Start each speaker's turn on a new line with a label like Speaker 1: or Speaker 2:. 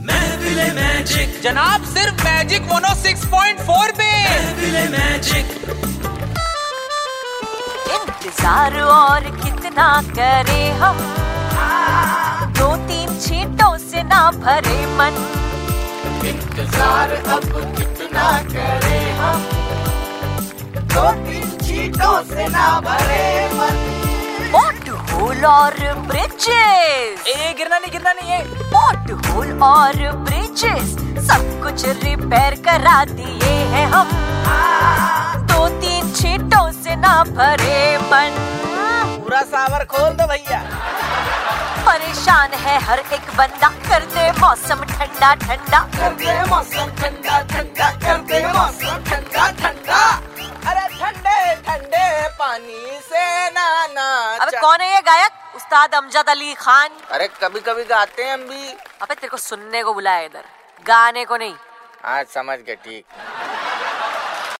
Speaker 1: महफिल मैजिक
Speaker 2: जनाब सिर्फ मैजिक मोनो 6.4 पे
Speaker 1: महफिल मैजिक
Speaker 3: इंतजार और कितना करे हम दो तीन छींटों से ना भरे मन
Speaker 4: इंतजार अब कितना करे हम दो तीन चीटों से ना भरे मन
Speaker 3: पोर्ट होल और ब्रिजेस
Speaker 2: ए गिरना नहीं गिरना नहीं है
Speaker 3: पोर्ट होल और ब्रिजेस सब कुछ रिपेयर करा दिए हैं हम दो तीन छींटों से ना भरे मन
Speaker 2: पूरा सावर खोल दो भैया
Speaker 3: परेशान है हर एक बंदा कर दे मौसम ठंडा ठंडा
Speaker 2: अच्छा।
Speaker 4: कर दे मौसम ठंडा ठंडा कर दे मौसम ठंडा ठंडा अरे ठंडे ठंडे पानी से नाना
Speaker 3: अबे कौन है ये गायक उस्ताद अमजद अली खान
Speaker 4: अरे कभी कभी गाते हैं हम भी
Speaker 3: अबे तेरे को सुनने को बुलाया है इधर गाने को नहीं
Speaker 4: हाँ समझ गए ठीक